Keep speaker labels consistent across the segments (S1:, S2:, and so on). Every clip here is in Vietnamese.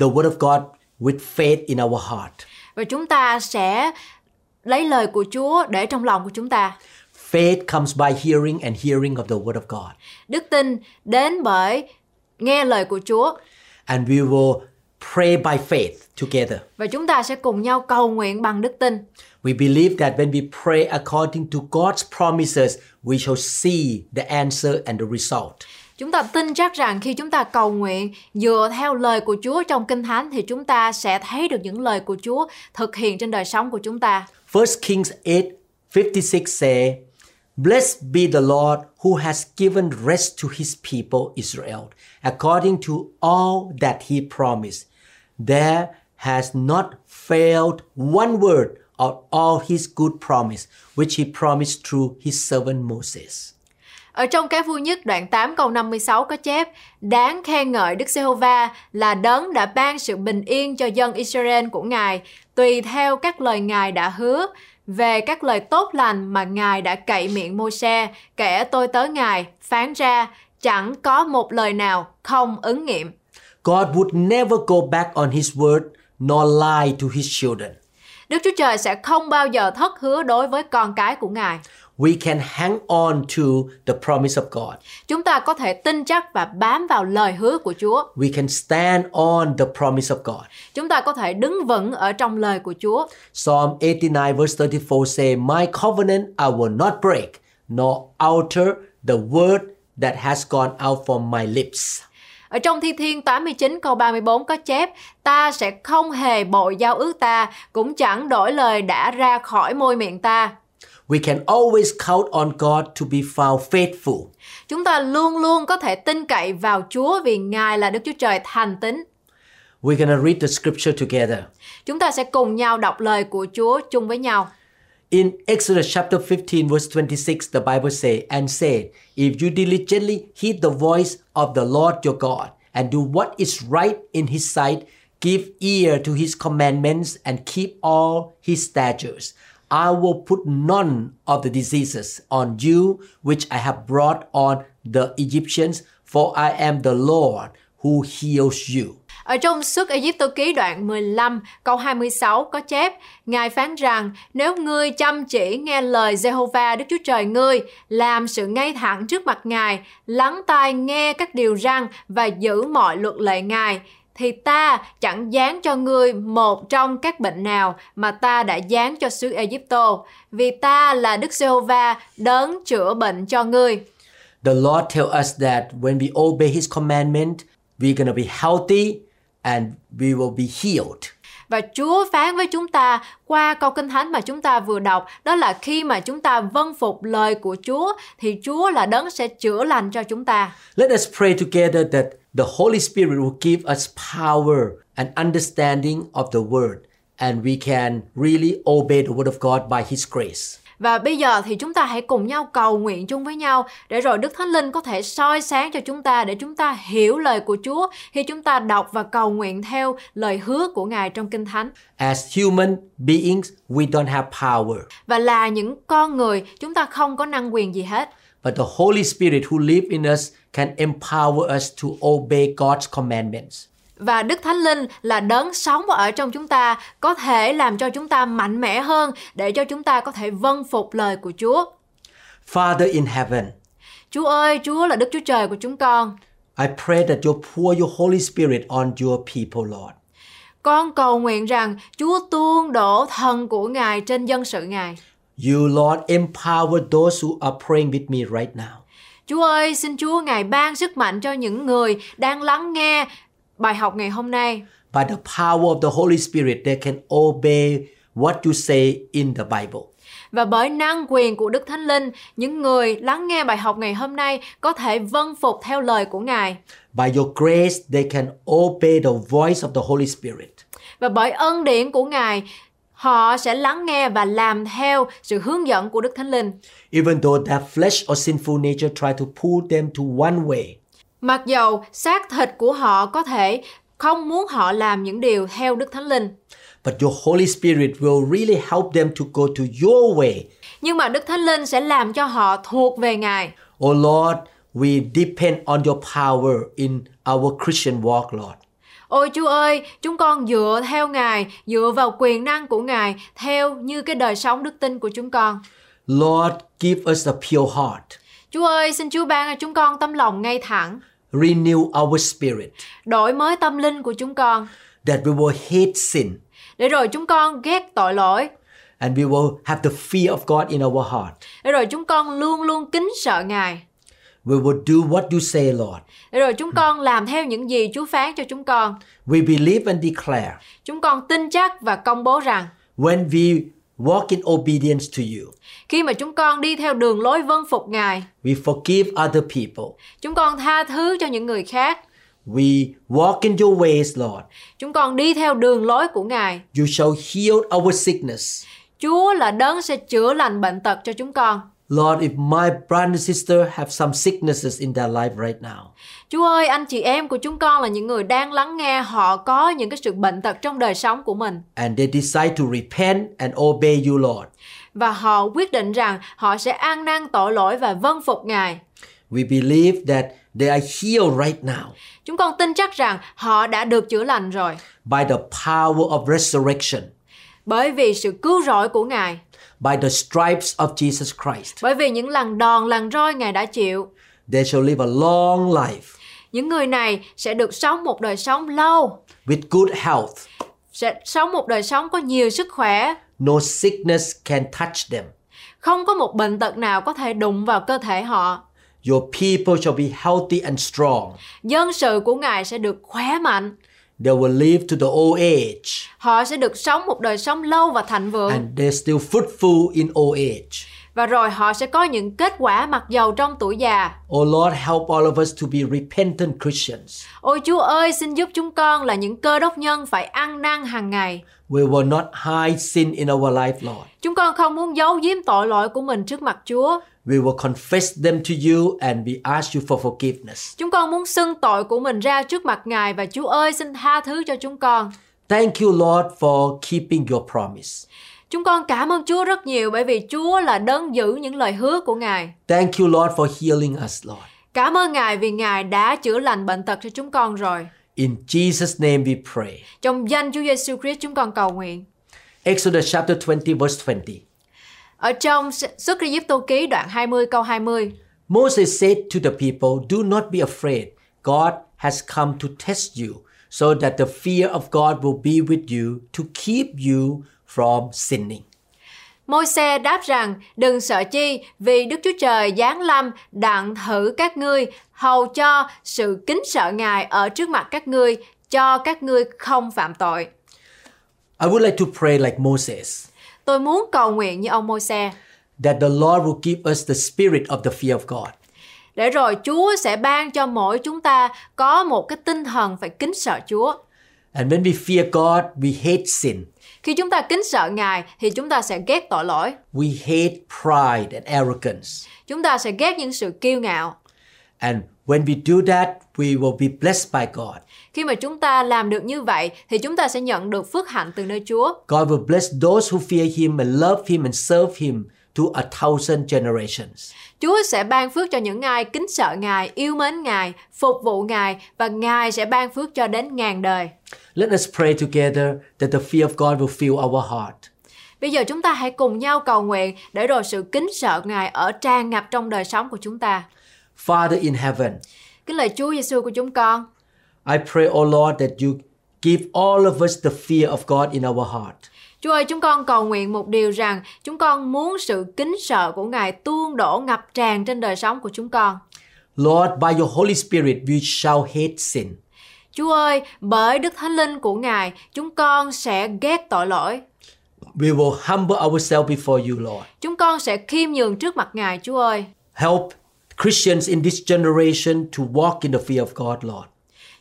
S1: the Word of God with faith in our heart.
S2: và chúng ta sẽ lấy lời của Chúa để trong lòng của chúng ta.
S1: Faith comes by hearing and hearing of the Word of God.
S2: Đức tin đến bởi nghe lời của Chúa
S1: And we will pray by faith together.
S2: và chúng ta sẽ cùng nhau cầu nguyện bằng đức tin.
S1: We believe that when we pray according to God's promises, we shall see the answer and the result.
S2: Chúng ta tin chắc rằng khi chúng ta cầu nguyện dựa theo lời của Chúa trong Kinh Thánh thì chúng ta sẽ thấy được những lời của Chúa thực hiện trên đời sống của chúng ta.
S1: 1 Kings 8 56 say, Blessed be the Lord who has given rest to his people Israel, according to all that he promised. There has not failed one word of all his good promise, which he promised through his servant Moses.
S2: Ở trong cái vui nhất đoạn 8 câu 56 có chép Đáng khen ngợi Đức Giê-hô-va là đấng đã ban sự bình yên cho dân Israel của Ngài tùy theo các lời Ngài đã hứa về các lời tốt lành mà Ngài đã cậy miệng Môi-se kể tôi tới Ngài phán ra chẳng có một lời nào không ứng nghiệm.
S1: God would never go back on his word nor lie to his children.
S2: Đức Chúa Trời sẽ không bao giờ thất hứa đối với con cái của Ngài.
S1: We can hang on to the promise of God.
S2: Chúng ta có thể tin chắc và bám vào lời hứa của Chúa.
S1: We can stand on the promise of God.
S2: Chúng ta có thể đứng vững ở trong lời của Chúa.
S1: Psalm 89 verse 34 say, My covenant I will not break, nor alter the word that has gone out from my lips.
S2: Ở trong Thi Thiên 89 câu 34 có chép, ta sẽ không hề bội giao ước ta, cũng chẳng đổi lời đã ra khỏi môi miệng ta.
S1: We can always count on God to be found faithful.
S2: Chúng ta luôn luôn có thể tin cậy vào Chúa vì Ngài là Đức Chúa Trời thành tín.
S1: We're going to read the scripture together.
S2: Chúng ta sẽ cùng nhau đọc lời của Chúa chung với nhau.
S1: In Exodus chapter 15 verse 26 the Bible say and said, if you diligently heed the voice of the Lord your God and do what is right in his sight, give ear to his commandments and keep all his statutes, I will put none of the diseases on you which I have brought on the Egyptians, for I am the Lord who heals you.
S2: Ở trong xuất Egypto ký đoạn 15 câu 26 có chép Ngài phán rằng nếu ngươi chăm chỉ nghe lời Jehovah Đức Chúa Trời ngươi làm sự ngay thẳng trước mặt Ngài lắng tai nghe các điều răn và giữ mọi luật lệ Ngài thì ta chẳng dán cho ngươi một trong các bệnh nào mà ta đã dán cho xứ Egypto vì ta là Đức Giê-hô-va đấng chữa bệnh cho ngươi
S1: The Lord tell us that when we obey his commandment, we're going to be healthy and we will be healed.
S2: Và Chúa phán với chúng ta qua câu kinh thánh mà chúng ta vừa đọc, đó là khi mà chúng ta vâng phục lời của Chúa thì Chúa là đấng sẽ chữa lành cho chúng ta.
S1: Let us pray together that the Holy Spirit will give us power and understanding of the word and we can really obey the word of God by his grace.
S2: Và bây giờ thì chúng ta hãy cùng nhau cầu nguyện chung với nhau để rồi Đức Thánh Linh có thể soi sáng cho chúng ta để chúng ta hiểu lời của Chúa khi chúng ta đọc và cầu nguyện theo lời hứa của Ngài trong Kinh Thánh.
S1: As human beings, we don't have power,
S2: Và là những con người chúng ta không có năng quyền gì hết.
S1: but the Holy Spirit who lives in us can empower us to obey God's commandments.
S2: và Đức Thánh Linh là đấng sống ở trong chúng ta có thể làm cho chúng ta mạnh mẽ hơn để cho chúng ta có thể vâng phục lời của Chúa.
S1: Father in heaven,
S2: Chúa ơi, Chúa là Đức Chúa Trời của chúng con.
S1: I pray that you pour your Holy Spirit on your people, Lord.
S2: Con cầu nguyện rằng Chúa tuôn đổ thần của Ngài trên dân sự Ngài.
S1: You, Lord, empower those who are praying with me right now.
S2: Chúa ơi, xin Chúa Ngài ban sức mạnh cho những người đang lắng nghe bài học ngày hôm nay.
S1: By the power of the Holy Spirit, they can obey what you say in the Bible.
S2: và bởi năng quyền của Đức Thánh Linh, những người lắng nghe bài học ngày hôm nay có thể vâng phục theo lời của Ngài.
S1: By your grace, they can obey the voice of the Holy Spirit.
S2: Và bởi ân điển của Ngài, họ sẽ lắng nghe và làm theo sự hướng dẫn của Đức Thánh Linh.
S1: Even though their flesh or sinful nature try to pull them to one way,
S2: Mặc dầu xác thịt của họ có thể không muốn họ làm những điều theo Đức Thánh Linh,
S1: but your Holy Spirit will really help them to go to your way.
S2: nhưng mà Đức Thánh Linh sẽ làm cho họ thuộc về Ngài.
S1: Oh Lord, we depend on your power in our Christian walk, Lord.
S2: Ôi Chúa ơi, chúng con dựa theo Ngài, dựa vào quyền năng của Ngài, theo như cái đời sống đức tin của chúng con.
S1: Lord, give us a pure heart.
S2: Chúa ơi, xin Chúa ban cho chúng con tâm lòng ngay thẳng,
S1: Renew our spirit
S2: đổi mới tâm linh của chúng con,
S1: that we will hate sin
S2: để rồi chúng con ghét tội lỗi,
S1: and we will have the fear of God in our heart.
S2: để rồi chúng con luôn luôn kính sợ Ngài,
S1: We will do what you say, Lord.
S2: để rồi chúng con làm theo những gì Chúa phán cho chúng con.
S1: We believe and declare
S2: Chúng con tin chắc và công bố rằng
S1: when we walk in obedience to you,
S2: khi mà chúng con đi theo đường lối vâng phục Ngài,
S1: we forgive other people.
S2: chúng con tha thứ cho những người khác,
S1: We walk in your ways, Lord.
S2: chúng con đi theo đường lối của Ngài.
S1: You shall heal our sickness.
S2: Chúa là đấng sẽ chữa lành bệnh tật cho chúng con.
S1: Lord, if my brother and sister have some sicknesses in their life right now,
S2: Chúa ơi, anh chị em của chúng con là những người đang lắng nghe họ có những cái sự bệnh tật trong đời sống của mình
S1: and they decide to repent and obey you, Lord,
S2: và họ quyết định rằng họ sẽ ăn năn tội lỗi và vâng phục Ngài.
S1: we believe that they are healed right now
S2: Chúng con tin chắc rằng họ đã được chữa lành rồi
S1: by the power of resurrection,
S2: bởi vì sự cứu rỗi của Ngài,
S1: by the stripes of Jesus Christ.
S2: bởi vì những lần đòn lần roi Ngài đã chịu.
S1: They shall live a long life
S2: Những người này sẽ được sống một đời sống lâu,
S1: with good health.
S2: sẽ sống một đời sống có nhiều sức khỏe,
S1: No sickness can touch them.
S2: không có một bệnh tật nào có thể đụng vào cơ thể họ.
S1: Your people shall be healthy and strong.
S2: Dân sự của Ngài sẽ được khỏe mạnh,
S1: They will live to the old age
S2: họ sẽ được sống một đời sống lâu và thịnh vượng
S1: and they're still fruitful in old age.
S2: và rồi họ sẽ có những kết quả mặc dầu trong tuổi già.
S1: Oh Lord, help all of us to be repentant Christians.
S2: Ôi Chúa ơi, xin giúp chúng con là những cơ đốc nhân phải ăn năn hàng ngày.
S1: We will not hide sin in our life, Lord.
S2: Chúng con không muốn giấu giếm tội lỗi của mình trước mặt Chúa.
S1: We will confess them to you and we ask you for forgiveness.
S2: Chúng con muốn xưng tội của mình ra trước mặt Ngài và Chúa ơi xin tha thứ cho chúng con.
S1: Thank you, Lord, for keeping your promise.
S2: Chúng con cảm ơn Chúa rất nhiều bởi vì Chúa là đấng giữ những lời hứa của Ngài.
S1: Thank you, Lord, for healing us, Lord.
S2: Cảm ơn Ngài vì Ngài đã chữa lành bệnh tật cho chúng con rồi.
S1: In Jesus' name we pray.
S2: Trong danh Chúa Giêsu Christ chúng con cầu nguyện.
S1: Exodus chapter 20, verse 20.
S2: Ở trong Xuất Ai Cập Tô ký đoạn 20 câu 20,
S1: Moses said to the people, Do not be afraid. God has come to test you, so that the fear of God will be with you to keep you from sinning.
S2: Môi-se đáp rằng, đừng sợ chi, vì Đức Chúa Trời giáng lâm đặng thử các ngươi, hầu cho sự kính sợ Ngài ở trước mặt các ngươi, cho các ngươi không phạm tội.
S1: I would like to pray like Moses,
S2: Tôi muốn cầu nguyện như ông Môi-se,
S1: that the Lord will give us the spirit of the fear of God.
S2: để rồi Chúa sẽ ban cho mỗi chúng ta có một cái tinh thần phải kính sợ Chúa.
S1: And when we fear God, we hate sin.
S2: Khi chúng ta kính sợ Ngài thì chúng ta sẽ ghét tội lỗi,
S1: We hate pride and arrogance.
S2: chúng ta sẽ ghét những sự kiêu ngạo.
S1: And when we do that, we will be blessed by God.
S2: Khi mà chúng ta làm được như vậy thì chúng ta sẽ nhận được phước hạnh từ nơi Chúa.
S1: God will bless those who fear Him and love Him and serve Him to a thousand generations.
S2: Chúa sẽ ban phước cho những ai kính sợ Ngài, yêu mến Ngài, phục vụ Ngài và Ngài sẽ ban phước cho đến ngàn đời.
S1: Let us pray together that the fear of God will fill our heart.
S2: Bây giờ chúng ta hãy cùng nhau cầu nguyện để rồi sự kính sợ Ngài ở tràn ngập trong đời sống của chúng ta.
S1: Father in heaven,
S2: Kính lời Chúa Giêsu của chúng con.
S1: I pray, O Lord, that you give all of us the fear of God in our heart.
S2: Chúa ơi, chúng con cầu nguyện một điều rằng chúng con muốn sự kính sợ của Ngài tuôn đổ ngập tràn trên đời sống của chúng con.
S1: Lord, by your Holy Spirit, we shall hate sin.
S2: Chúa ơi, bởi Đức Thánh Linh của Ngài, chúng con sẽ ghét tội lỗi.
S1: We will humble ourselves before you, Lord.
S2: Chúng con sẽ khiêm nhường trước mặt Ngài, Chúa ơi.
S1: Help Christians in this generation to walk in the fear of God, Lord.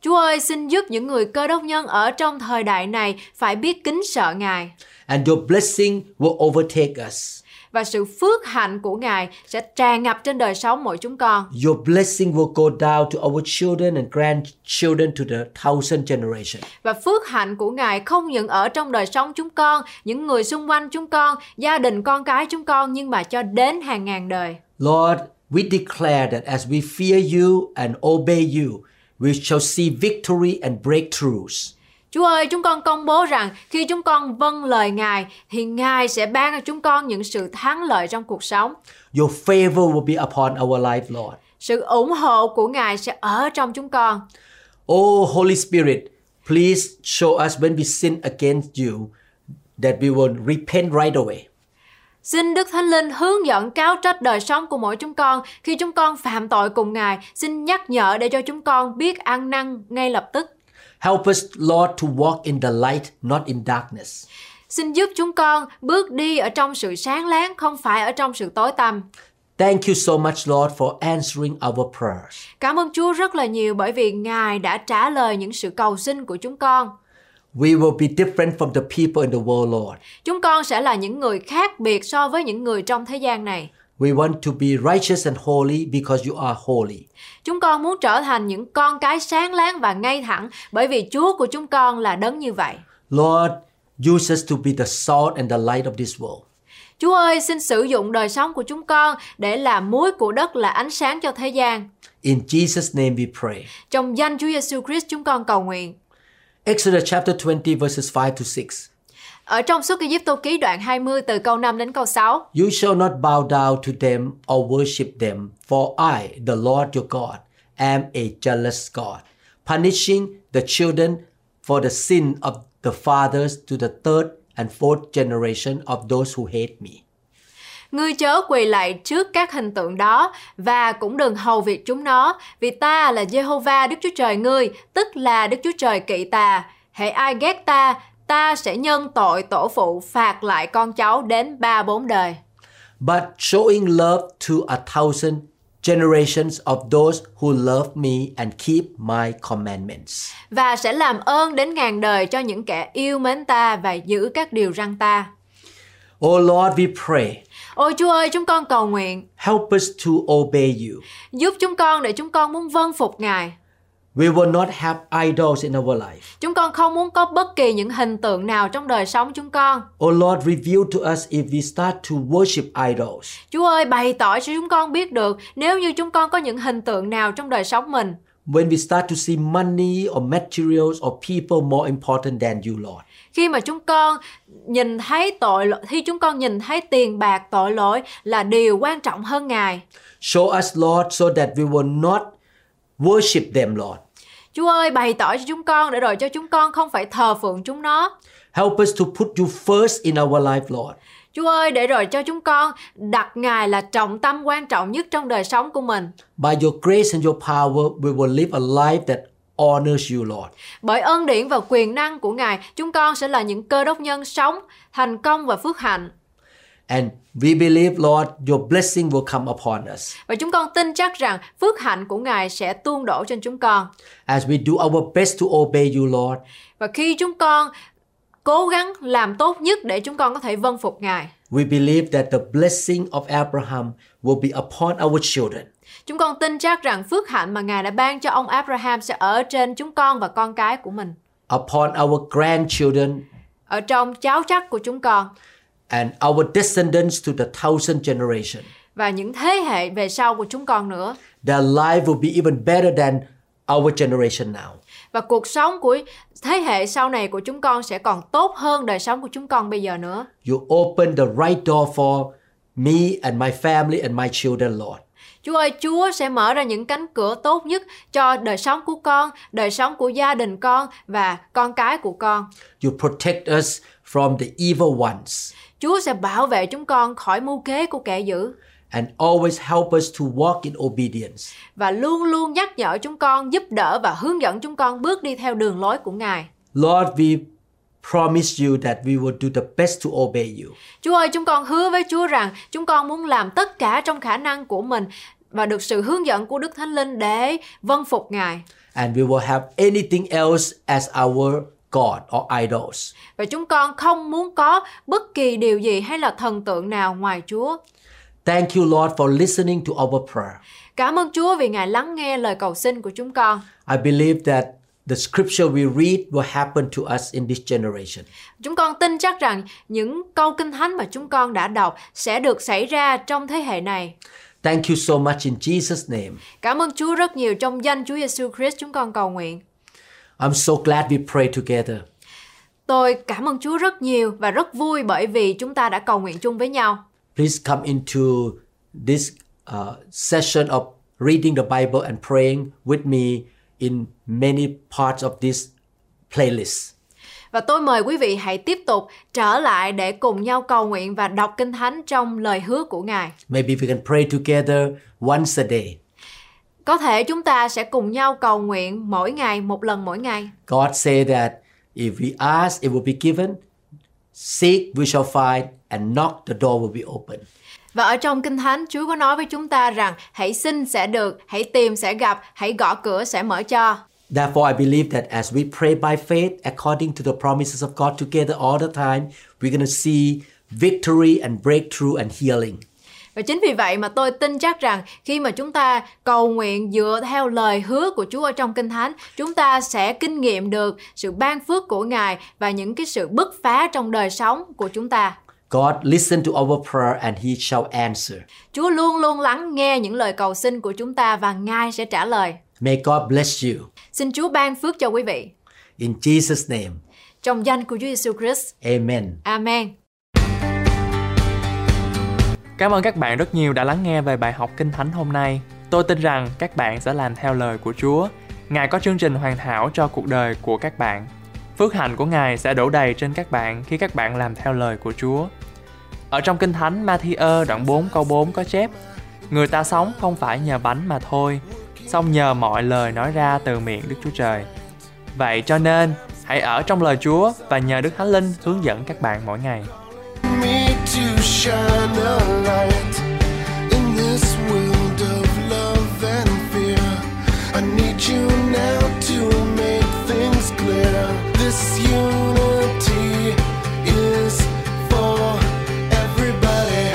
S2: Chúa ơi, xin giúp những người cơ đốc nhân ở trong thời đại này phải biết kính sợ Ngài
S1: And your blessing will overtake us.
S2: và sự phước hạnh của Ngài sẽ tràn ngập trên đời sống mỗi chúng con.
S1: Your blessing will go down to our children and grandchildren to the thousand generation.
S2: Và phước hạnh của Ngài không những ở trong đời sống chúng con, những người xung quanh chúng con, gia đình con cái chúng con nhưng mà cho đến hàng ngàn đời.
S1: Lord, we declare that as we fear you and obey you, we shall see victory and breakthroughs.
S2: Chúa ơi, chúng con công bố rằng khi chúng con vâng lời Ngài thì Ngài sẽ ban cho chúng con những sự thắng lợi trong cuộc sống.
S1: Your favor will be upon our life, Lord.
S2: Sự ủng hộ của Ngài sẽ ở trong chúng con.
S1: Oh, Holy Spirit, please show us when we sin against you that we will repent right away.
S2: Xin Đức Thánh Linh hướng dẫn cáo trách đời sống của mỗi chúng con khi chúng con phạm tội cùng Ngài. Xin nhắc nhở để cho chúng con biết ăn năn ngay lập tức.
S1: Help us, Lord, to walk in the light, not in darkness.
S2: Xin giúp chúng con bước đi ở trong sự sáng láng, không phải ở trong sự tối tăm.
S1: Thank you so much, Lord, for answering our prayers.
S2: Cảm ơn Chúa rất là nhiều bởi vì Ngài đã trả lời những sự cầu xin của chúng con.
S1: We will be different from the people in the world, Lord.
S2: Chúng con sẽ là những người khác biệt so với những người trong thế gian này.
S1: We want to be righteous and holy because you are holy.
S2: Chúng con muốn trở thành những con cái sáng láng và ngay thẳng bởi vì Chúa của chúng con là đấng như vậy.
S1: Lord, use us to be the salt and the light of this world.
S2: Chúa ơi, xin sử dụng đời sống của chúng con để làm muối của đất là ánh sáng cho thế gian.
S1: In Jesus' name we pray.
S2: Trong danh Chúa Giêsu Christ chúng con cầu nguyện.
S1: Exodus chapter 20, verses 5 to 6.
S2: Ở trong suốt Ai Cập Tô ký đoạn 20 từ câu 5 đến câu 6,
S1: You shall not bow down to them or worship them, for I, the Lord your God, am a jealous God, punishing the children for the sin of the fathers to the third and fourth generation of those who hate me.
S2: ngươi chớ quỳ lạy trước các hình tượng đó và cũng đừng hầu việc chúng nó, vì ta là Jehovah Đức Chúa Trời ngươi, tức là Đức Chúa Trời kỵ ta. Hễ ai ghét ta, ta sẽ nhân tội tổ phụ phạt lại con cháu đến ba bốn đời.
S1: But showing love to a thousand generations of those who love me and keep my commandments.
S2: và sẽ làm ơn đến ngàn đời cho những kẻ yêu mến ta và giữ các điều răn ta.
S1: O Lord, we pray,
S2: Ôi Chúa ơi, chúng con cầu nguyện,
S1: help us to obey you.
S2: giúp chúng con để chúng con muốn vâng phục Ngài.
S1: We will not have idols in our life.
S2: Chúng con không muốn có bất kỳ những hình tượng nào trong đời sống chúng con.
S1: O Lord, reveal to us if we start to worship idols.
S2: Chúa ơi, bày tỏ cho chúng con biết được nếu như chúng con có những hình tượng nào trong đời sống mình.
S1: When we start to see money or materials or people more important than you, Lord.
S2: Khi mà chúng con nhìn thấy tội lỗi, khi chúng con nhìn thấy tiền bạc tội lỗi là điều quan trọng hơn Ngài.
S1: Show us, Lord, so that we will not worship them, Lord.
S2: Chúa ơi, bày tỏ cho chúng con để rồi cho chúng con không phải thờ phượng chúng nó.
S1: Help us to put you first in our life, Lord.
S2: Chúa ơi, để rồi cho chúng con đặt Ngài là trọng tâm quan trọng nhất trong đời sống của mình.
S1: By your grace and your power, we will live a life that honors you, Lord.
S2: Bởi ơn điển và quyền năng của Ngài, chúng con sẽ là những cơ đốc nhân sống, thành công và phước hạnh.
S1: And we believe, Lord, your blessing will come upon us.
S2: Và chúng con tin chắc rằng phước hạnh của Ngài sẽ tuôn đổ trên chúng con.
S1: As we do our best to obey you, Lord,
S2: Và khi chúng con cố gắng làm tốt nhất để chúng con có thể vâng phục Ngài,
S1: we believe that the blessing of Abraham will be upon our children.
S2: chúng con tin chắc rằng phước hạnh mà Ngài đã ban cho ông Abraham sẽ ở trên chúng con và con cái của mình,
S1: upon our grandchildren
S2: ở trong cháu chắc của chúng con
S1: and our descendants to the thousand generation.
S2: và những thế hệ về sau của chúng con nữa.
S1: Their life will be even better than our generation now.
S2: và cuộc sống của thế hệ sau này của chúng con sẽ còn tốt hơn đời sống của chúng con bây giờ nữa.
S1: You open the right door for me and my family and my children, Lord.
S2: Chúa ơi, Chúa sẽ mở ra những cánh cửa tốt nhất cho đời sống của con, đời sống của gia đình con và con cái của con.
S1: You protect us from the evil ones
S2: Chúa sẽ bảo vệ chúng con khỏi mưu kế của kẻ dữ
S1: and always help us to walk in obedience.
S2: và luôn luôn nhắc nhở chúng con, giúp đỡ và hướng dẫn chúng con bước đi theo đường lối của Ngài.
S1: Lord, we promise you that we will do the best to obey you.
S2: Chúa ơi, chúng con hứa với Chúa rằng chúng con muốn làm tất cả trong khả năng của mình và được sự hướng dẫn của Đức Thánh Linh để vâng phục Ngài.
S1: And we will have anything else as our God or idols.
S2: Và chúng con không muốn có bất kỳ điều gì hay là thần tượng nào ngoài Chúa.
S1: Thank you, Lord, for listening to our prayer.
S2: Cảm ơn Chúa vì Ngài lắng nghe lời cầu xin của chúng con.
S1: I believe that the scripture we read will happen to us in this generation.
S2: Chúng con tin chắc rằng những câu kinh thánh mà chúng con đã đọc sẽ được xảy ra trong thế hệ này.
S1: Thank you so much in Jesus' name.
S2: Cảm ơn Chúa rất nhiều trong danh Chúa Giêsu Christ chúng con cầu nguyện.
S1: I'm so glad we pray together.
S2: Tôi cảm ơn Chúa rất nhiều và rất vui bởi vì chúng ta đã cầu nguyện chung với nhau.
S1: Please come into this uh, session of reading the Bible and praying with me in many parts of this playlist.
S2: Và tôi mời quý vị hãy tiếp tục trở lại để cùng nhau cầu nguyện và đọc Kinh Thánh trong lời hứa của Ngài.
S1: Maybe we can pray together once a day.
S2: Có thể chúng ta sẽ cùng nhau cầu nguyện mỗi ngày, một lần mỗi ngày.
S1: God said that if we ask, it will be given. Seek, we shall find, and knock, the door will be open.
S2: Và ở trong Kinh Thánh, Chúa có nói với chúng ta rằng hãy xin sẽ được, hãy tìm sẽ gặp, hãy gõ cửa sẽ mở cho.
S1: Therefore, I believe that as we pray by faith according to the promises of God together all the time, we're going to see victory and breakthrough and healing.
S2: Và chính vì vậy mà tôi tin chắc rằng khi mà chúng ta cầu nguyện dựa theo lời hứa của Chúa ở trong Kinh Thánh, chúng ta sẽ kinh nghiệm được sự ban phước của Ngài và những cái sự bứt phá trong đời sống của chúng ta.
S1: God listen to our prayer and he shall answer.
S2: Chúa luôn luôn lắng nghe những lời cầu xin của chúng ta và Ngài sẽ trả lời.
S1: May God bless you.
S2: Xin Chúa ban phước cho quý vị.
S1: In Jesus' name,
S2: Trong danh của Chúa Giêsu Christ.
S1: amen.
S2: Amen.
S3: Cảm ơn các bạn rất nhiều đã lắng nghe về bài học Kinh Thánh hôm nay. Tôi tin rằng các bạn sẽ làm theo lời của Chúa. Ngài có chương trình hoàn hảo cho cuộc đời của các bạn. Phước hạnh của Ngài sẽ đổ đầy trên các bạn khi các bạn làm theo lời của Chúa. Ở trong Kinh Thánh Matthew đoạn 4 câu 4 có chép Người ta sống không phải nhờ bánh mà thôi, song nhờ mọi lời nói ra từ miệng Đức Chúa Trời. Vậy cho nên, hãy ở trong lời Chúa và nhờ Đức Thánh Linh hướng dẫn các bạn mỗi ngày.
S4: me to shine a light in this world of love and fear. I need you now to make things clear. This unity is for everybody.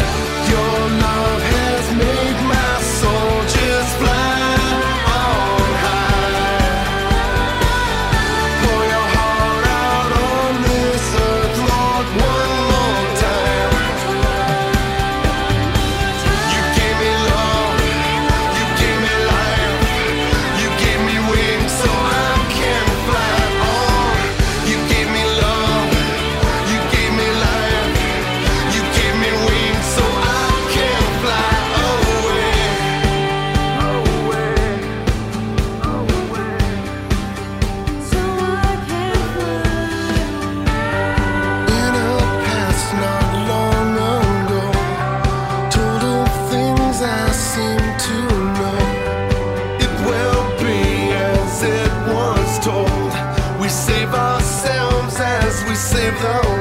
S4: Your love has made my soul just fly on high. Pour your heart out on this earth, Lord, one more time. You give me love, you give me life, you give me wings so I can fly on. You give me love, you give me life, you give me wings so I can fly away, away, away. In a past not long ago, told of things I seem to know. It will be as it was told. We save ourselves as we save the